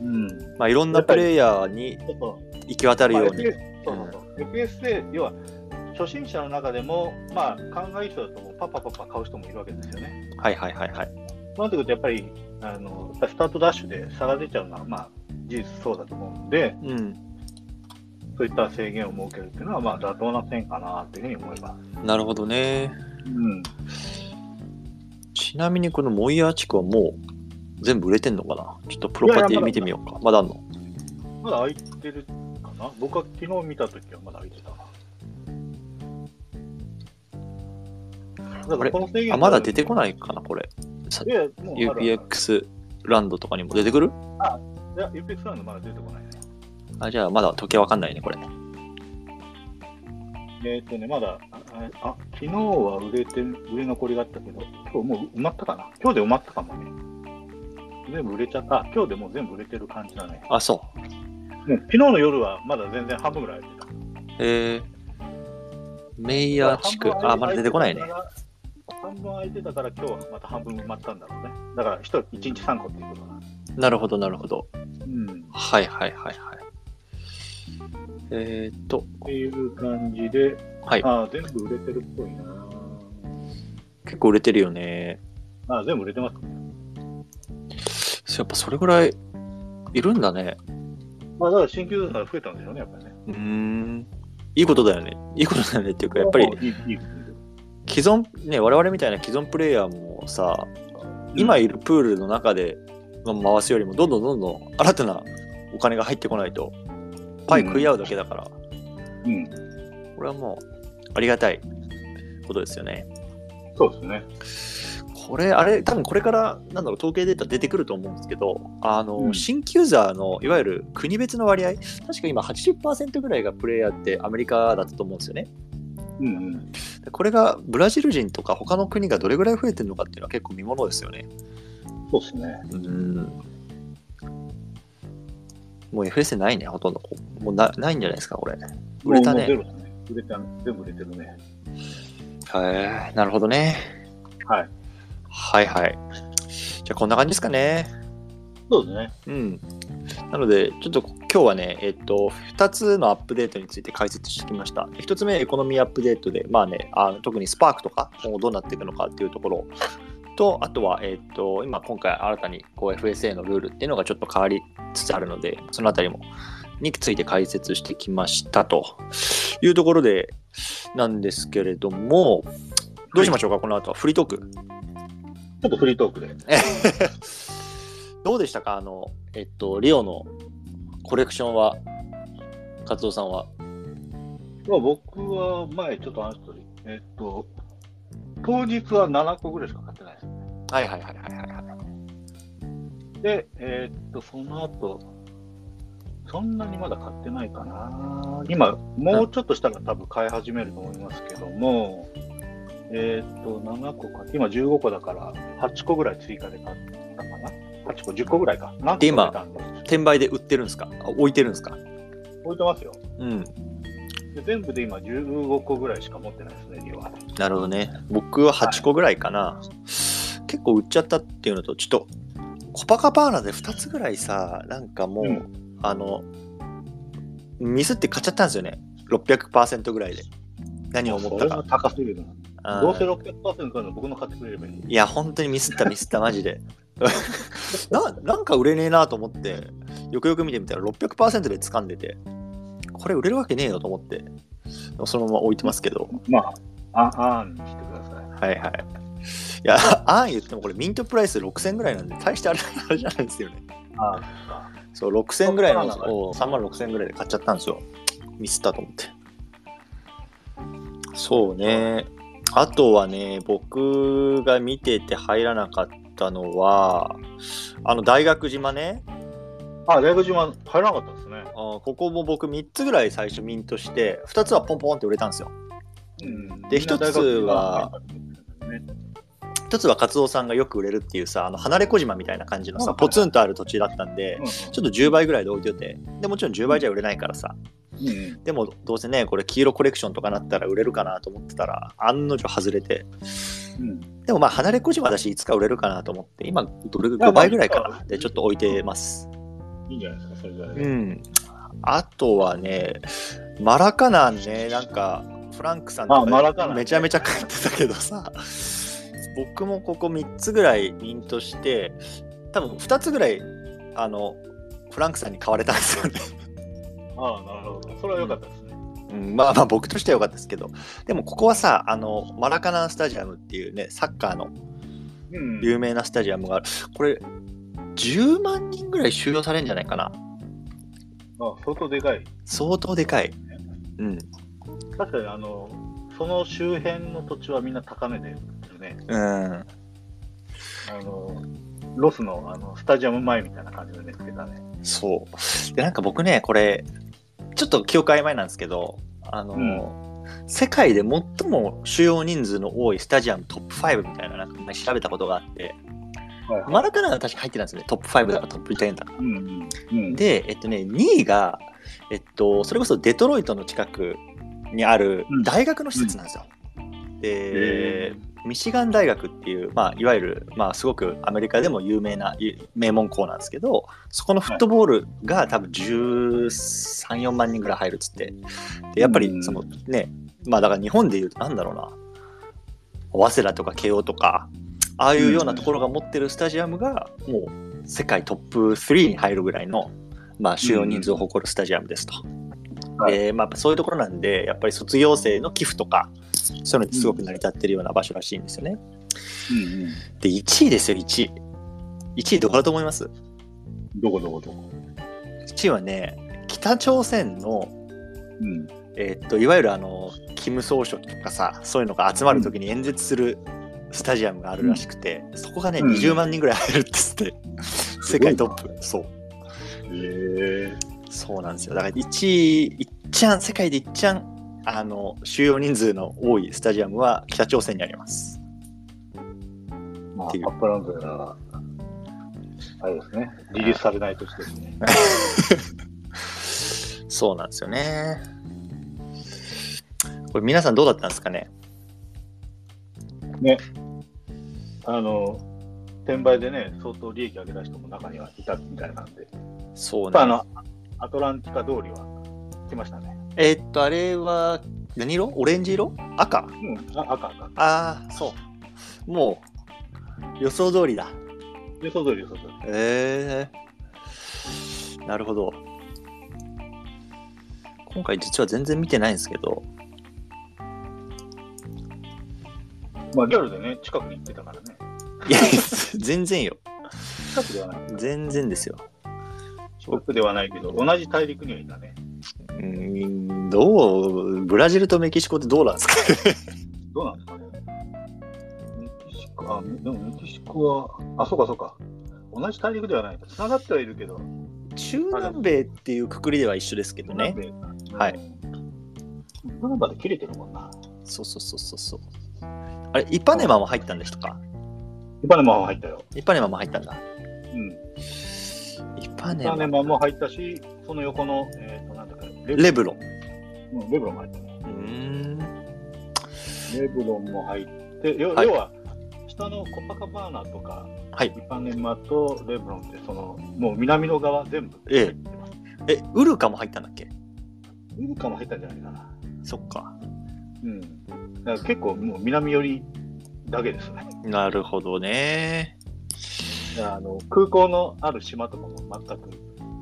うん、ちまあ、いろんなプレイヤーにょっと行き渡るように FS そうそうそう FSA、要は初心者の中でも、まあ、考える人だともうパッパパッパ買う人もいるわけですよね。はいはいはいはいそうなってくると、やっぱりあのやっぱスタートダッシュで差が出ちゃうのは、まあ、事実そうだと思うんで、うんそういった制限を設けるっていうのは、まあ、妥当な線かなというふうに思います。なるほどねうんちなみにこのモイヤー地区はもう全部売れてんのかなちょっとプロパティ見てみようかまだあんのまだ空いてるかな僕は昨日見たときはまだ空いてたな。だからこの制限あまだ出てこないかなこれさいやいやもうあるある UPX ランドとかにも出てくるいや、UPX ランドまだ出てこないね。あじゃあまだ時計わかんないねこれえっ、とね、まだ、あ、あ昨日は売れて、売れ残りがあったけど、今日もう埋まったかな今日で埋まったかもね。全部売れちゃった。あ今日でもう全部売れてる感じだね。あそうん昨日の夜はまだ全然半分ぐらい空いてた。うへえメイヤー地区あまだ出てこないね。半分空いてたから、今日はまた半分埋まったんだろうね。だから、1人1日3個っていうことだな。なるほどなるほどうん。はいはいはいはいえー、っとっていう感じで、はいああ、全部売れてるっぽいな。結構売れてるよねああ、全部売れてます。そうやっぱそれぐらいいるんだねまあ、だから新規ユーザーが増えたんでしょうね、やっぱりね。うーんいいことだよねいいことだよねっていうかやっぱりいい、いい。既存ね我々みたいな既存プレイヤーもさ今いるプールの中で回すよりもどんどんどんどん新たなお金が入ってこないとパイ食い合うだけだから、うん、これはもうありがたいことですよねそうですね。これあれ多分これからなんだろう統計データ出てくると思うんですけどあの、うん新規ユーザーのいわゆる国別の割合確か今80%ぐらいがプレイヤーってアメリカだったと思うんですよねうんうん。でこれがブラジル人とか他の国がどれぐらい増えてるのかっていうのは結構見ものですよねそうですね。うんもう FS ないね、ほとんど。もうなないんじゃないですか、これ。売れたねもうもうゼロですね。売れた、全部売れてるね。はい、なるほどね。はい。はいはい。じゃあ、こんな感じですかね。そうですね。うん。なので、ちょっと今日はね、えっと、2つのアップデートについて解説してきました。1つ目、エコノミーアップデートで、まあね、あの特にスパークとか、今後どうなっていくのかっていうところと、あとは、えっと、今、今回新たにこう FSA のルールっていうのがちょっと変わりつつあるので、そのあたりも、について解説してきましたというところで、なんですけれども、どうしましょうか、この後はフリートーク。ちょっとフリートークで。どうでしたかあの、えっと、リオのコレクションは、カツオさんは。まあ、僕は前ちょっと話した通り、えっと、当日は7個ぐらいしか買ってないです。はいはいはいはいはい。で、えっと、その後、そんなにまだ買ってないかな。今、もうちょっとしたら多分買い始めると思いますけども、えっと、7個か、今15個だから、8個ぐらい追加で買ったかな。8個、10個ぐらいか。何個で今買ったんだ転売で売ってるんですかあ置いてるんですか置いてますよ。うん。で全部で今15個ぐらいしか持ってないですね、リオは。なるほどね。僕は8個ぐらいかな。結構売っちゃったっていうのと、ちょっと、コパカパーナで2つぐらいさ、なんかもう、うんあの、ミスって買っちゃったんですよね。600%ぐらいで。何を思っそたれかは。高すぎるな。あーどうせ600%買うの僕の買ってくれればいい。いや、本当にミス <laughs> った、ミスった、マジで。ななんか売れねえなと思って、よくよく見てみたら600%で掴んでて、これ売れるわけねえよと思って、そのまま置いてますけど、まあ、あ、あんにしてくださはい。いはい。いや、あん言ってもこれミントプライス6000ぐらいなんで、大してあれあれじゃないですよね。あんか。そう6000ぐらいのそっからなの3万6000ぐらいで買っちゃったんですよミスったと思ってそうねあとはね僕が見てて入らなかったのはあの大学島ねあ、大学島入らなかったですね。あーここも僕3つぐらい最初ミントして2つはポンポンって売れたんですようんで一つは、みんな大学島入らなかったですね1つはカツオさんがよく売れるっていうさあの離れ小島みたいな感じのはいさはいポツンとある土地だったんでうんうんちょっと10倍ぐらいで置いててでもちろん10倍じゃ売れないからさうんうんでもどうせねこれ黄色コレクションとかなったら売れるかなと思ってたら案の定外れてうんでもまあ離れ小島だしいつか売れるかなと思って今どれぐいらいや5まあ倍ぐらいかいつなかでちょっと置いてますいいんじゃないですか、それぐらいで。うんあとはねマラカナンねなんかフランクさんとあマラカナンかねめちゃめちゃ買ってたけどさ僕もここ3つぐらいミントして多分2つぐらいあのフランクさんに買われたんですよねああ、なるほど。それは良かったですね。うん、まあまあ僕としては良かったですけどでもここはさあのマラカナンスタジアムっていうねサッカーのうん有名なスタジアムがあるこれ10万人ぐらい収容されるんじゃないかなあ相当でかい。相当でかい、うん確かに、あの、その周辺の土地はみんな高値で、ね、うん、あの、ロスのあのスタジアム前みたいな感じで見つけたね。そうでなんか僕ねこれちょっと記憶曖昧なんですけどあの、世界で最も収容人数の多いスタジアムトップ5みたいななんか調べたことがあってはいマラカナンが確か入ってたんですよねトップ5だかトップ10だかうんうんうん。で、えっとね、2位が、えっと、それこそデトロイトの近くにあるうん大学の施設なんですよ。でへ、ミシガン大学っていう、まあ、いわゆる、まあ、すごくアメリカでも有名なゆ名門校なんですけど、そこのフットボールが多分13、4万人ぐらい入るっつって。で、やっぱりう、んそのね、まあだから日本でいうと、なんだろうな、早稲田とか慶応とか、ああいうようなところが持ってるスタジアムが、もう世界トップ3に入るぐらいの、まあ、収容人数を誇るスタジアムですと。はいでまあ、そういうところなんで、やっぱり卒業生の寄付とか、そういうのってすごく成り立ってるような場所らしいんですよね。うんうん。で、1位ですよ、1位。1位どこだと思いますどこどこどこ。 ?1 位はね、北朝鮮の、うん。えーっと、いわゆるあの、キム総書記とかさ、そういうのが集まるときに演説するスタジアムがあるらしくて、そこがね、うん20万人ぐらい入るって言って、世界トップ。そう。へえ。そうなんですよ。だから1位、いっちゃん、世界でいっちゃん、あの、収容人数の多いスタジアムは北朝鮮にあります。まあ、っアていうップランドやら、あれですね、リリースされない土地ですね。そうなんですよね。これ皆さんどうだったんですかねあの、転売でね、相当利益上げた人も中にはいたみたいなんで、やっそうぱなあんですの、アトランティカ通りは来ましたね。えーっと、あれは何色オレンジ色赤うん、あ赤赤。ああ、そう。もう予想通りだ。予想通り予想通り。えー、なるほど。今回実は全然見てないんですけど、まあ、リアルでね、近くに行ってたからね。いや、 <laughs> 全然よ。近くではない。全然ですよ。近くではないけど、同じ大陸にはいたね。うーん、どう、ブラジルとメキシコってどうなんですかねどうなんですかね。メキシコ、あ、めでもメキシコは、あ、そうかそうか。同じ大陸ではない。つながってはいるけど、中南米っていうくくりでは一緒ですけどね。はいうん。ナンバーで切れてるもんな。そうそうそうそうそう。あれ、イパネマも入ったんですかイパネマも入ったよ。イパネマも入ったんだ。うん。イパイネパネマ。マも入ったし、その横の、えっ、と、なんだっけ、レレブロン。ううんレブロンも入ったね。ーん。レブロンも入って、要,、はい要は、下のコパカバーナとか、はいイパネマとレブロンって、その、もう南の側全部。えええ、ウルカも入ったんだっけウルカも入ったんじゃないかな。そっか。うん。だから結構もう南寄りだけですね。なるほどね。だからあの空港のある島とかも全く、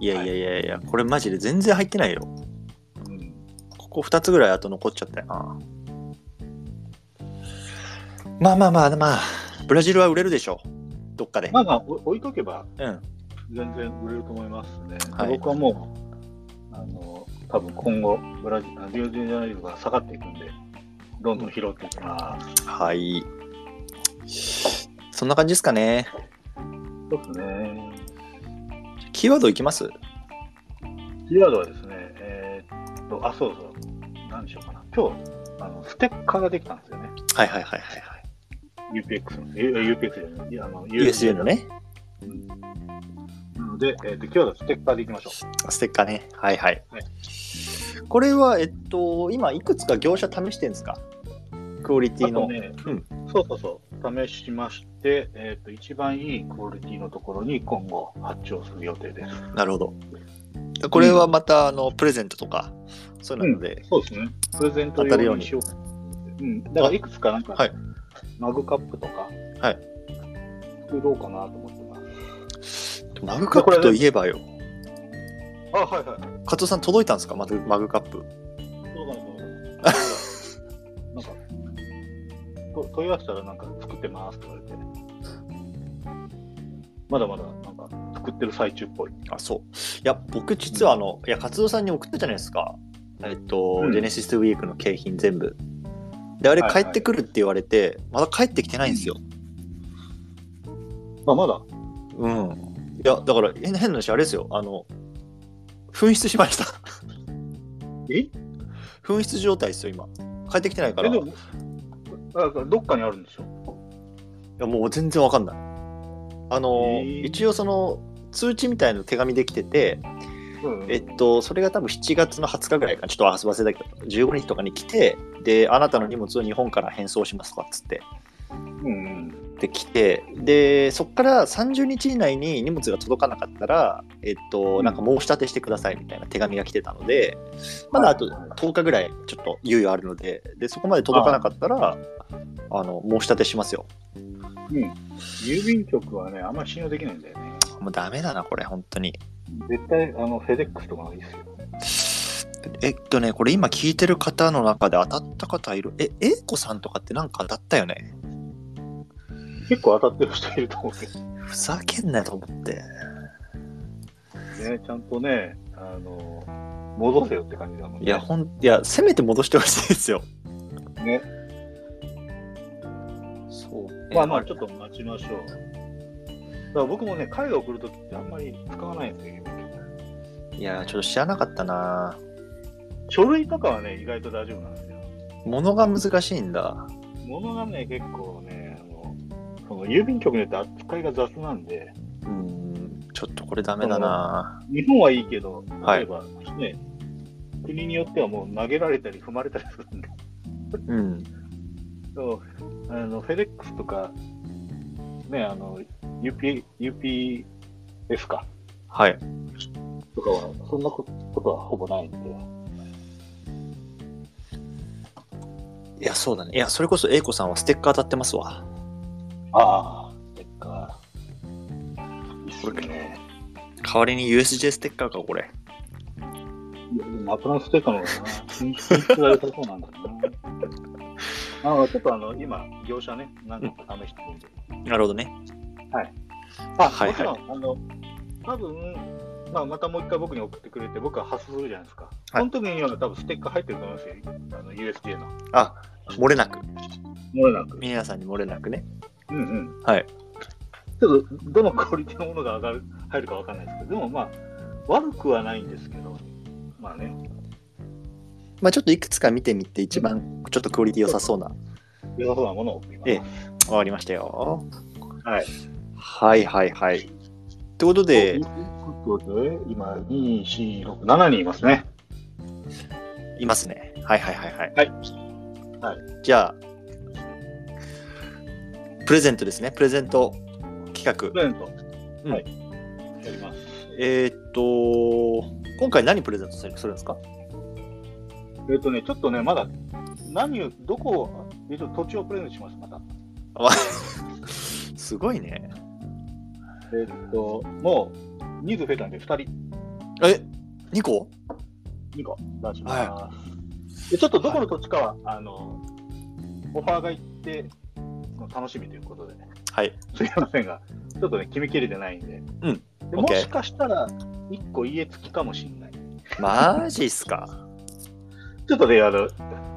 いやいやいやいや、これマジで全然入ってないよ。うん、ここ2つぐらいあと残っちゃったよな。まあまあまあまあ、ブラジルは売れるでしょう。どっかで。まあまあお置いとけばうん。全然売れると思いますね。はい僕はもう、あの多分今後、ブラジル、リオデジャネイロが下がっていくんで、どんどん拾っていきます。はい。そんな感じですかね。そうですね。キーワードいきますキーワードはですね、えーっと、あ、そうそう、何でしょうかな。今日、あのステッカーができたんですよね。はいはいはいはいはい。 UPX の、え UPX じゃないいや、あの、 USB の。ね、なので、えーっと、今日はステッカーでいきましょステッカーね。はいはい。はいこれは、えっと、今、いくつか業者試してるんですかクオリう。テあィの。とね、うんそうそうそう、試しまして、えーっと、一番いいクオリティのところに今後発注をする予定です。なるほど。これはまた、あのプレゼントとか、そういうので、そうですね。プレゼント当たるよ用うににしようかなうん。だからいくつかなんか、はいマグカップとか、はい作ろうかなと思ってます。マグカップといえばよ、あ、はいはい。加藤さん届いたんですかマグマグカップ。そうだね、そうだね。なんか、と問い合わせたらなんか作ってますって言われて。まだまだなんか作ってる最中っぽい。あ、そう。いや、僕実はあの、いや、勝藤さんに送ったじゃないですか。えっと、うんジェネシスウィークの景品全部。で、あれはいは帰いってくるって言われて、まだ帰ってきてないんですよ。まあまだ。うん。いや、だから、変な変な話、あれですよ。あの、紛失しました。 <laughs> え紛失状態ですよ、今。帰ってきてないから。え、いでも、なんかどっかにあるんでしょや、もう全然わかんない。あの、えー一応その、通知みたいな手紙できてて、うんえっと、それが多分7月の20日ぐらいかな、ちょっとあ忘れたけど、15日とかに来て、で、あなたの荷物を日本から返送しますとかっつって、うんうん。で、来て、で、そこから30日以内に荷物が届かなかったら、えっと、うんなんか申し立てしてくださいみたいな手紙が来てたので、まだあとはいはい10日ぐらいちょっと猶予あるので、で、そこまで届かなかったら、あの、申し立てしますよ。うん。郵便局はね、あんまり信用できないんだよね。もうダメだな、これ、本当に。絶対あのフェデックスとかがいいですよ。えっとね、これ今聞いてる方の中で当たった方いる。え、英子さんとかってなんか当たったよね結構当たってる人いると思う <laughs> けどふざけんなよと思って。ね、ちゃんとね、あの戻せよって感じだもんね。いや、ほん、いや、せめて戻してほしいですよ。ね。そうまあまあ、ちょっと待ちましょう。だから僕もね、海外送るときってあんまり使わないんですよ、郵便局いや、ちょっと知らなかったな。書類とかはね、意外と大丈夫なんですよ。物が難しいんだ。物がね、結構ね、あのその郵便局によって扱いが雑なんで、うーん、ちょっとこれダメだな。日本はいいけど、はい例えば、ね、国によってはもう投げられたり踏まれたりするんで <laughs> うん。そうあのフェデックスとか、ね、あの UP UPS かはい。とかは、そんなことはほぼないんで、いや、そうだね。いや、それこそ英子さんはステッカー当たってますわ。ああ、ステッカー。いいっすね。代わりに USJ ステッカーか、これ。いやでもナプランステッカーの方がな、品 <laughs> 質が良さそうなんだな。ああちょっとあの今、業者ね、何個か試してるんで。なるほどね。あ、はいもちろん、あの、多分、まあ、またもう一回僕に送ってくれて、僕は発送するじゃないですか。はいその時には多分ステッカー入ってると思いますよ。あの、USJ の。あ、漏れなく。もれなく。皆さんに漏れなくね。うんうん。はい。ちょっと、どのクオリティのものが上がる、入るかわかんないですけど、でもまあ、悪くはないんですけど、まあね、まあちょっといくつか見てみて、一番ちょっとクオリティ良さそうな。良さそうなものを送ります。ええわかりましたよ。はい。はいはいはい。ってことで、ということで、今、2、4、6、7人いますね。いますね。はいはいはいはい。はい。じゃあ、プレゼントですね。プレゼント企プ画。レゼント。うんはい。やります。えーっと、今回何プレゼントするするんですか <laughs> えっ、とね、ちょっとね、まだ、何を、どこを、えっと、土地をプレゼントします、また。あわすごいね。えっ、と、もう、人数増えたんで、2人、え、2個2個出します。でちょっとどこの土地かは、あの、オファーが行って、楽しみということで、はい。すいませんが、ちょっとね、決めきれてないんで、うんで OK もしかしたら1個家付きかもしれない。マジっすか。ちょっとね、あの、ち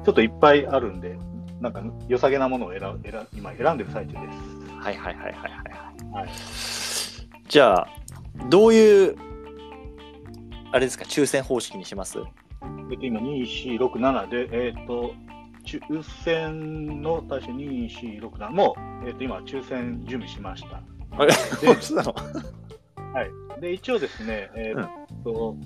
ょっといっぱいあるんで、なんか良さげなものを選選今選んでる最中です。はいはいはいはいはい。はいじゃあ、どういう、あれですか、抽選方式にしますえっと、今、2、4、6、7で、えっ、と、抽選の対象2、4、6、7も、えっ、と、今、抽選準備しました。あれでそうなのはい。で、一応ですね、えっ、と、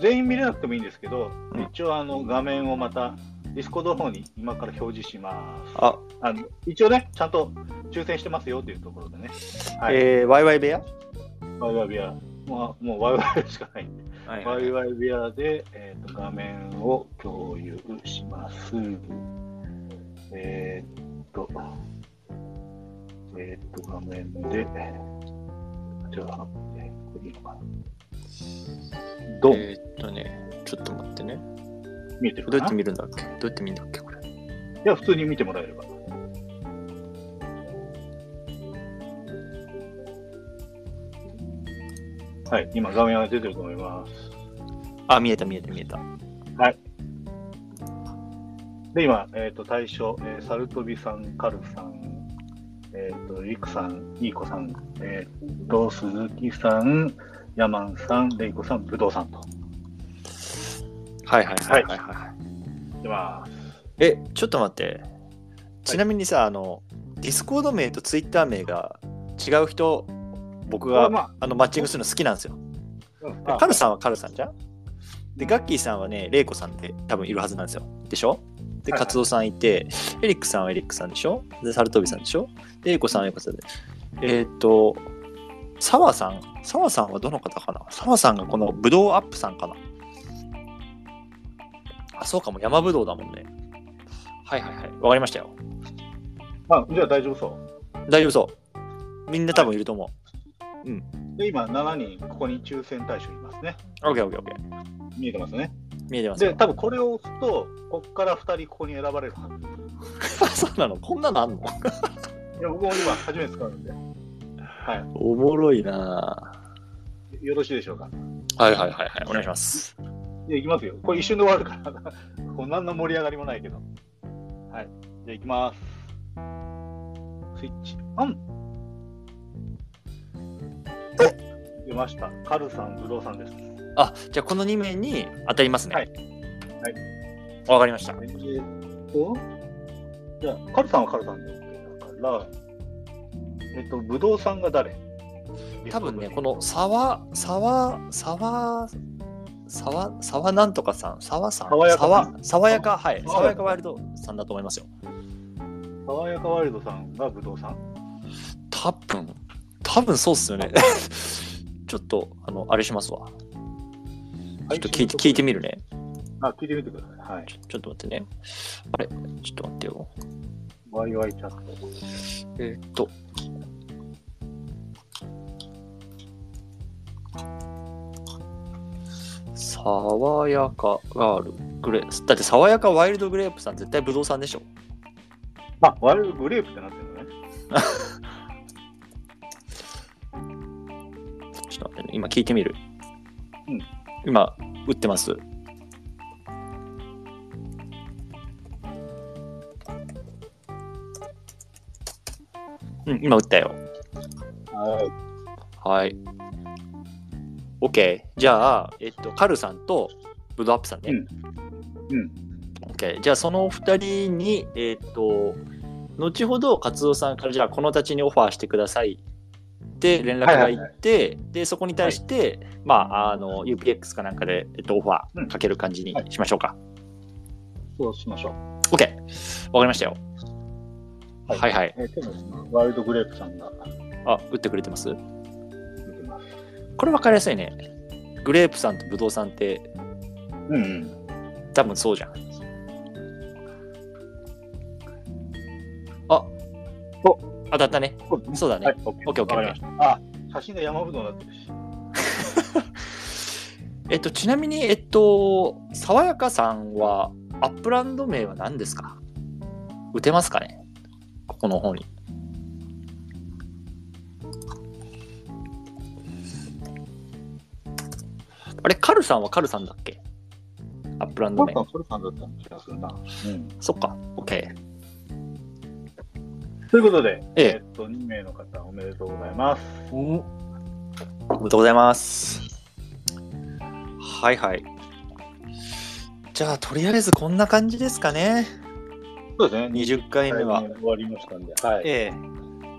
全員見れなくてもいいんですけど、うん一応、あの、画面をまた、ディスコードの方に今から表示します。あ、あの一応ね、ちゃんと抽選してますよっていうところでね、はいえー、ワイワイ部屋ワイワイビア、まあ、もうワイワイしかないんではいワイワイビアで、えー、と画面を共有します。えーっと、えーっと、画面で、じゃあ、えーこれいいのかな。どう、えーっとね、ちょっと待ってね。見えてるどうやかなってい見るんだっけどうやって見るんだっけこれ。や、普通に見てもらえれば。はい、今画面が出てると思います。あ、見えた見えた見えた。で、今、えっ、と、大将、えーサルトビさん、カルさん、えっ、と、リクさん、イーコさん、えっ、と、鈴木さん、ヤマンさん、レイコさん、ブドウさんと、はいはいはいはい、はいでます。え、ちょっと待って。ちなみにさ、あの、ディスコード名とツイッター名が違う人、僕まあが、まあのマッチングするの好きなんですよ。あ、カルさんはカルさんじゃんで、ガッキーさんはね、レイコさんで多分いるはずなんですよ。でしょで、はいはカいツオさんいて、エリックさんはエリックさんでしょで、サルトビさんでしょで、エイコさんはエイコさんで。えーっと、サワさん、サワさんはどの方かなサワさんがこのブドウアップさんかなあ、そうかも、山ブドウだもんね。はいはいはい、わかりましたよ。まあ、じゃあ大丈夫そう。大丈夫そう。みんな多分いると思で、今、7人、ここに抽選対象いますね。う。オッケーオッケーオッケー。見えてますね。見えてますで、よ。多分これを押すと、こっから2人、ここに選ばれるはず。 <laughs> そうなのこんなのあんのいや、僕も今、初めて使うんで。は。おもろいないよろしいでしょうか。ぁはいはいはいはい、お願いします。じゃあ、いきますよ。これ一瞬で終わるから、 <laughs> こう何の盛り上がりもないけど。はい。じゃあ、いきます。スイッチオンお出ました。カルさん、ブドウさんです。あじゃあこの2名に当たりますね。はいはいわかりました。えーっと、じゃあ、カルさんはカルさんで OK だから、えっと、ブドウさんが誰多分ね、こ、の沢、沢、沢、沢、沢なんとかさん、沢さん、爽やかさん沢爽やか、はい、爽やか爽やかワイルドさんだと思いますよ。爽やかワイルドさんがブドウさん。多分、多分そうっすよね。 <laughs> ちょっと、あの、あれしますわ。ちょっと聞いて聞いてみるね。あ、聞いてみてください。はい。ちょちょっと待ってね。あれ、ちょっと待ってよ。ワイワイチャット。えーっと。爽やかガールグレープだって爽やかワイルドグレープさん絶対ブドウさんでしょあ、ワイルドグレープってなってるのね。ちょっと待ってね今聞いてみる、うん今打ってますうん今打ったよはい。はい。OK。じゃあ、えっと、カルさんとブドウアップさんね。うん。 OK。じゃあ、そのお二人に、えっと、後ほど、カツオさんから、じゃあ、このたちにオファーしてくださいって連絡がいって、で、そこに対して、まあ、あの、UPX かなんかで、えっと、オファーかける感じにしましょうか。そうしましょう。 OK。わかりましたよ。は、はいいはい、えー、手の砂ワイルドグレープさんがあ、打ってくれてます出てます。これ分かりやすいね。グレープさんとブドウさんって、うん、うん。多分そうじゃん。あお当たったね。そうだね。はい、オッケー。オッケーオッケーわかりましたあ、写真が山ぶどうになってるし。えっと、ちなみに、えっと、爽やかさんは、アップランド名は何ですか打てますかねここの方に。あれ、カルさんはカルさんだっけアップランドな名ん。かソルさんだったん気がするな。うん、そっか、OK。ということで、えええっと、2名の方おめでとうございます。おめでとうございます。はいはい。じゃあ、とりあえずこんな感じですかね。そうですね、 20回目は。終わりましたんで。はい。え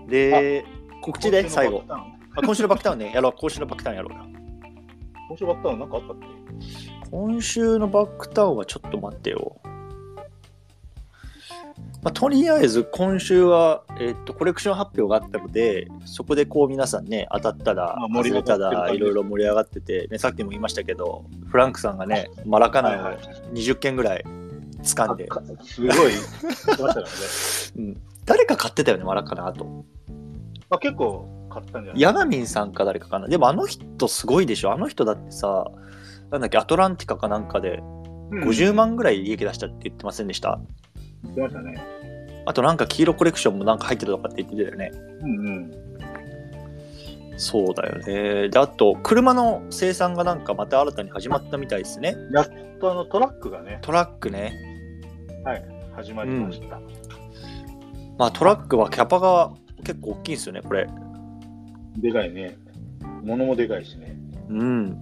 えで、告知で最後今週。あ今週のの爆誕。バックタウンね。やろう。今週のバックタウンやろうよ。今週バッターなんかあったっけ今週のバックタウンはちょっと待ってよ。まあ、とりあえず今週は、えっとコレクション発表があったのでそこでこう皆さんね当たったらまあ盛外りれ上たがってる感らじいろいろ盛り上がってて、ね、さっきも言いましたけどフランクさんがねマラカナを20件ぐらい掴んで、あかすごい、言ってましたからね。 <laughs> うん、誰か買ってたよねマラカナあとまあ、結構買ったんじゃないヤガミンさんか誰かかなでもあの人すごいでしょあの人だってさなんだっけアトランティカかなんかでうん50万ぐらい利益出したって言ってませんでした、言ってましたね。あとなんか黄色コレクションもなんか入ってたとかって言ってたよね。うんうん。そうだよね。で、あと、車の生産がなんかまた新たに始まったみたいですね。とあのトラックがね、トラックね。始まりました。まあトラックはキャパが結構大きいんですよね、これ。でかいね。物もでかいしね。うん。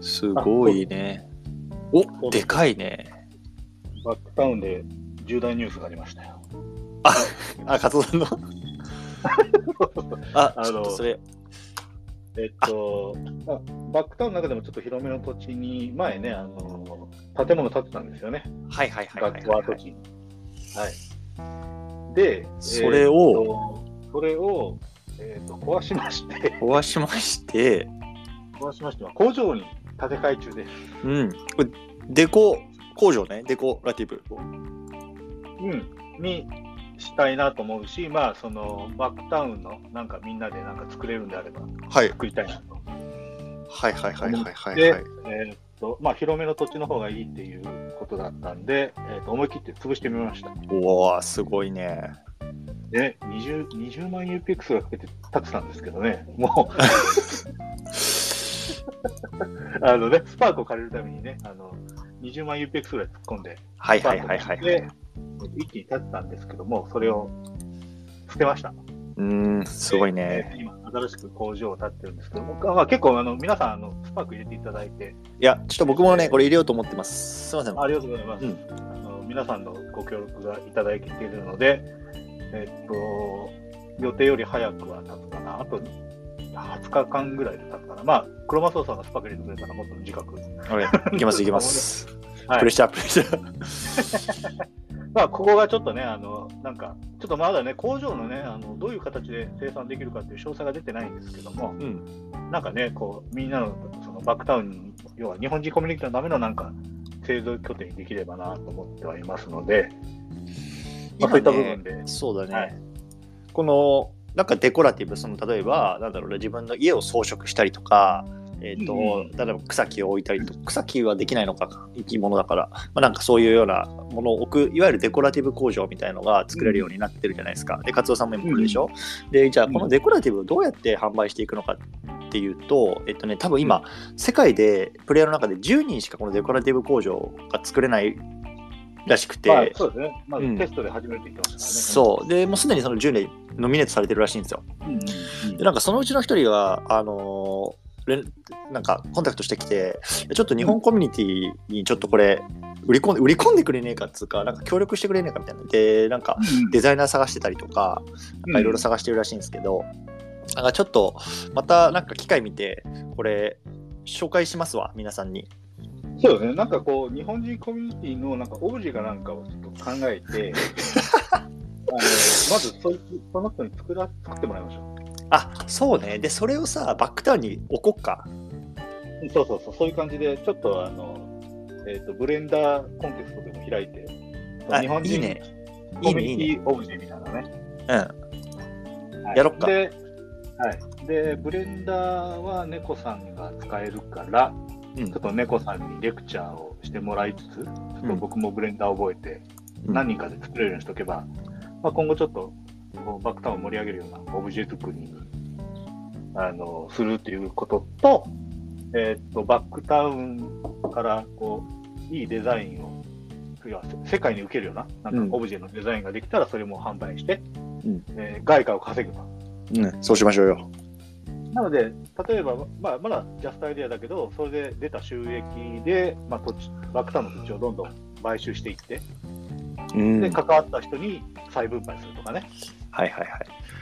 すごいね。おでかいね。バックタウンで重大ニュースがありましたよ。あ、カツオさん <laughs> のあ、あのちょっとそれ。えっと、あバックタウンの中でもちょっと広めの土地に、前ね、あの建物建てたんですよね、はいはいはいはいはい、学校跡地に。はい。で、それをえっとそれを、えっと壊しまして、 <laughs> 壊しまして、壊しましては、工場に建て替え中です。うん。これデコ工場ね、デコラティブ。うん、にしたいなと思うし、まあ、そのバックタウンのなんかみんなでなんか作れるんであればはい。作りたいなと。はいはいはいはいはい、で、はい。えーっとまあ、広めの土地の方がいいっていうことだったんで、えーっと思い切って潰してみました。おおすごいね。で、20, 20万 UPX がかけて建てたんですけどね、も <laughs> うあの、ね、スパークを借りるためにね、あの20万 UPX ぐらい突っ込んで、はいスパはーいクはをいはい。借りて一気に建てたんですけども、それを捨てました。うーん、すごいね。えー。今、新しく工場を建ってるんですけど、僕はまあ結構あの皆さんあの、スパーク入れていただいて、いや、ちょっと僕もね、これ入れようと思ってます。すいません。ありがとうございます、うんあの。皆さんのご協力がいただいているので、えっと、予定より早くは経つかな、あと20日間ぐらいで経つかな、まあ、黒マスオさんがスパーク入れてくれたらもっと短く、はい、いきますいきます。はいプレッシャープレッシャー。まあ、ここがちょっとね、あのなんか、ちょっとまだね、工場のねあの、どういう形で生産できるかっていう詳細が出てないんですけども、うん。なんかね、こうみんなのそのバックタウン、要は日本人コミュニティのためのなんか製造拠点にできればなと思ってはいますので、まあ、そういった部分で、そうだね。はいこの、なんかデコラティブ、その例えば、なんだろうね、自分の家を装飾したりとか、えーとうん例えば草木を置いたりと草木はできないのか生き物だから、まあ、なんかそういうようなものを置くいわゆるデコラティブ工場みたいのが作れるようになってるじゃないですかでカツオさんも今これでしょ、でじゃあこのデコラティブをどうやって販売していくのかっていうとえっとね多分今世界でプレイヤーの中で10人しかこのデコラティブ工場が作れないらしくて、まあ、そうですね、まあうんテストで初めて言ってましたかそうでもうすでにその10年ノミネートされてるらしいんですよらね。そう、でなんかそのうちの一人が、あのー連なんかコンタクトしてきてちょっと日本コミュニティにちょっとこれ売り込んで売り込んでくれねえかっつうかなんか協力してくれねえかみたいなでなんかデザイナー探してたりとかなうんんかいろいろ探してるらしいんですけど、なんかちょっとまたなんか機会見てこれ紹介しますわ皆さんにそうですね、なんかこう、日本人コミュニティのなんかオブジェかなんかをちょっと考え <laughs> て、あのまずそいつその人に作ら作ってもらいましょあそうねでそれをさバックタウンに置こっかう。そうそうそう、そういう感じで、ちょっとあの、えー、とブレンダーコンテストでも開いて、あ日本いい人ねいコいねミいいュねニティオブジェみたいなね。うんはいやろっかで、はい。で、ブレンダーは猫さんが使えるから、うんちょっと猫さんにレクチャーをしてもらいつつ、ちょっうとん僕もブレンダー覚えて、何人かで作れるようにしておけば、まあ、今後ちょっとこうバックタウンを盛り上げるようなオブジェ作りにあのするということと、えーっとバックタウンからこういいデザインを要はせ世界に受けるようななんかオブジェのデザインができたらそれも販売して、うんえー外貨を稼ぐと。うん、そうしましょうよ。なので、例えば、まあ、まだジャストアイデアだけど、それで出た収益で、まあ、土地バックタウンの土地をどんどん買収していって、うん、はでい関わった人に再分配するとかね、はいはい。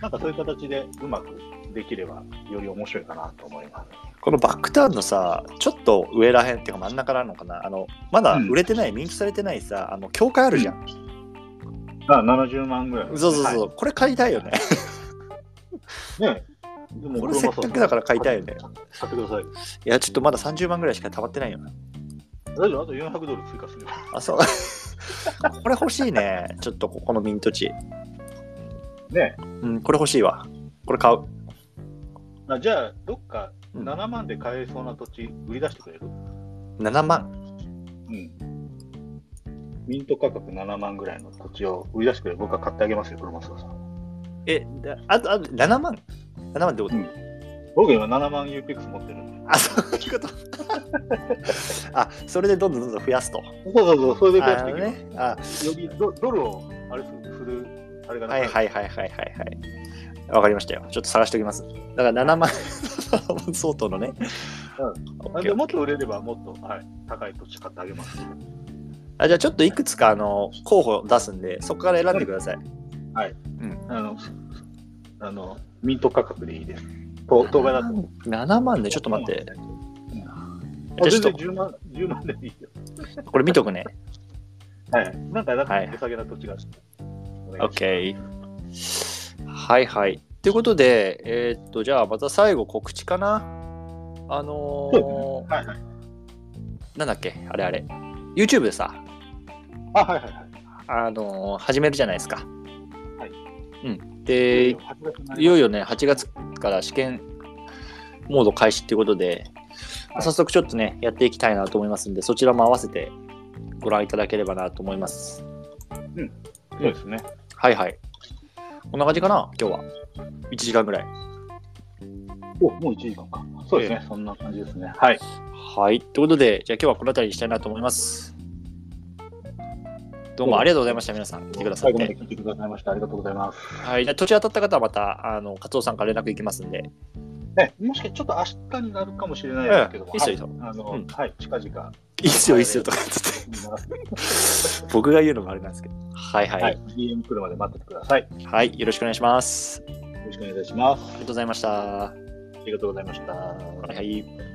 なんかそういう形でうまくできれば、より面白いかなと思います。このバックタウンのさ、ちょっと上らへんっていうか真ん中なのかな、あのまだ売れてない、人気されてないさ、あの教会あるじゃん。あ70万ぐらい、そうそうそう、はこれ買いたいよね。いねでもこれせっかくだから買いたいよね。買ってください。いや、ちょっとまだ30万ぐらいしか溜まってないよな。大丈夫あと400ドル追加するよ。あ、 <laughs> そう。これ欲しいね。ちょっとここのミント地。ねうん、これ欲しいわ。これ買う。あじゃあ、どっかうん7万で買えそうな土地、売り出してくれる7万。うん。ミント価格7万ぐらいの土地を売り出してくれ僕は買ってあげますよ、黒松さん。え、だあと、あと7万 ?7 万ってこと、うん僕今7万 UPX 持ってるんで。あ、そういう <laughs> こと。あ、それでどんどんどんどん増やすと。そうそうそう、それで増やしていあけのばね。あ、よりドドルをあれするするあれがなはいいはいはいはいはいはい。わかりましたよ。ちょっと探しておきます。だから7万相当のね。なんでもっと売れればもっと、はい、高い土地買ってあげます。あじゃあちょっといくつかあの候補出すんで、そこから選んでください。あの、すあのミント価格でいいです。と当該だと。 7万で、ちょっと待って。じゃあちあ全ょ然っ10万 ,10 万でいいよ。とこれ見とくね。はい。なんか、なんはかい手下げな土地が。 OK。はいはい。ということで、えーっと、じゃあまた最後告知かな。あのそ <laughs> ーはいはい。なんだっけ、あれあれ。YouTube でさ、あ、はいはいはい。あのー始めるじゃないですか。はい。うん。で、いよいよね、8月から試験モード開始っていうことで、はい早速ちょっとね、やっていきたいなと思いますんで、そちらも合わせてご覧いただければなと思います。そうですね。はいはい。こんな感じかな、今日は。1時間ぐらい。お、もう1時間か。そうですね。そんな感じですね。はい。はい。ということで、じゃあ今日はこの辺りにしたいなと思います。どうもありがとうございました、皆さん。来てくださっ最後までて。聞いてくださいました。ありがとうございます。はい。じゃあ、土地当たった方はまた、あの、加藤さんから連絡いきますんで。ね、もしかしてちょっと明日になるかもしれないですけど、ええいいっすよいいっすよはいあの、うんはい、近々。いいっすよ、いいっすよ、とか言ってて。僕が言うのもあれなんですけど。はいははいい。、DM 来るまで待っててください。よはい。よろしくお願いします。ろしくお願いいたします。ありがとうございました。ありがとうございました。はい。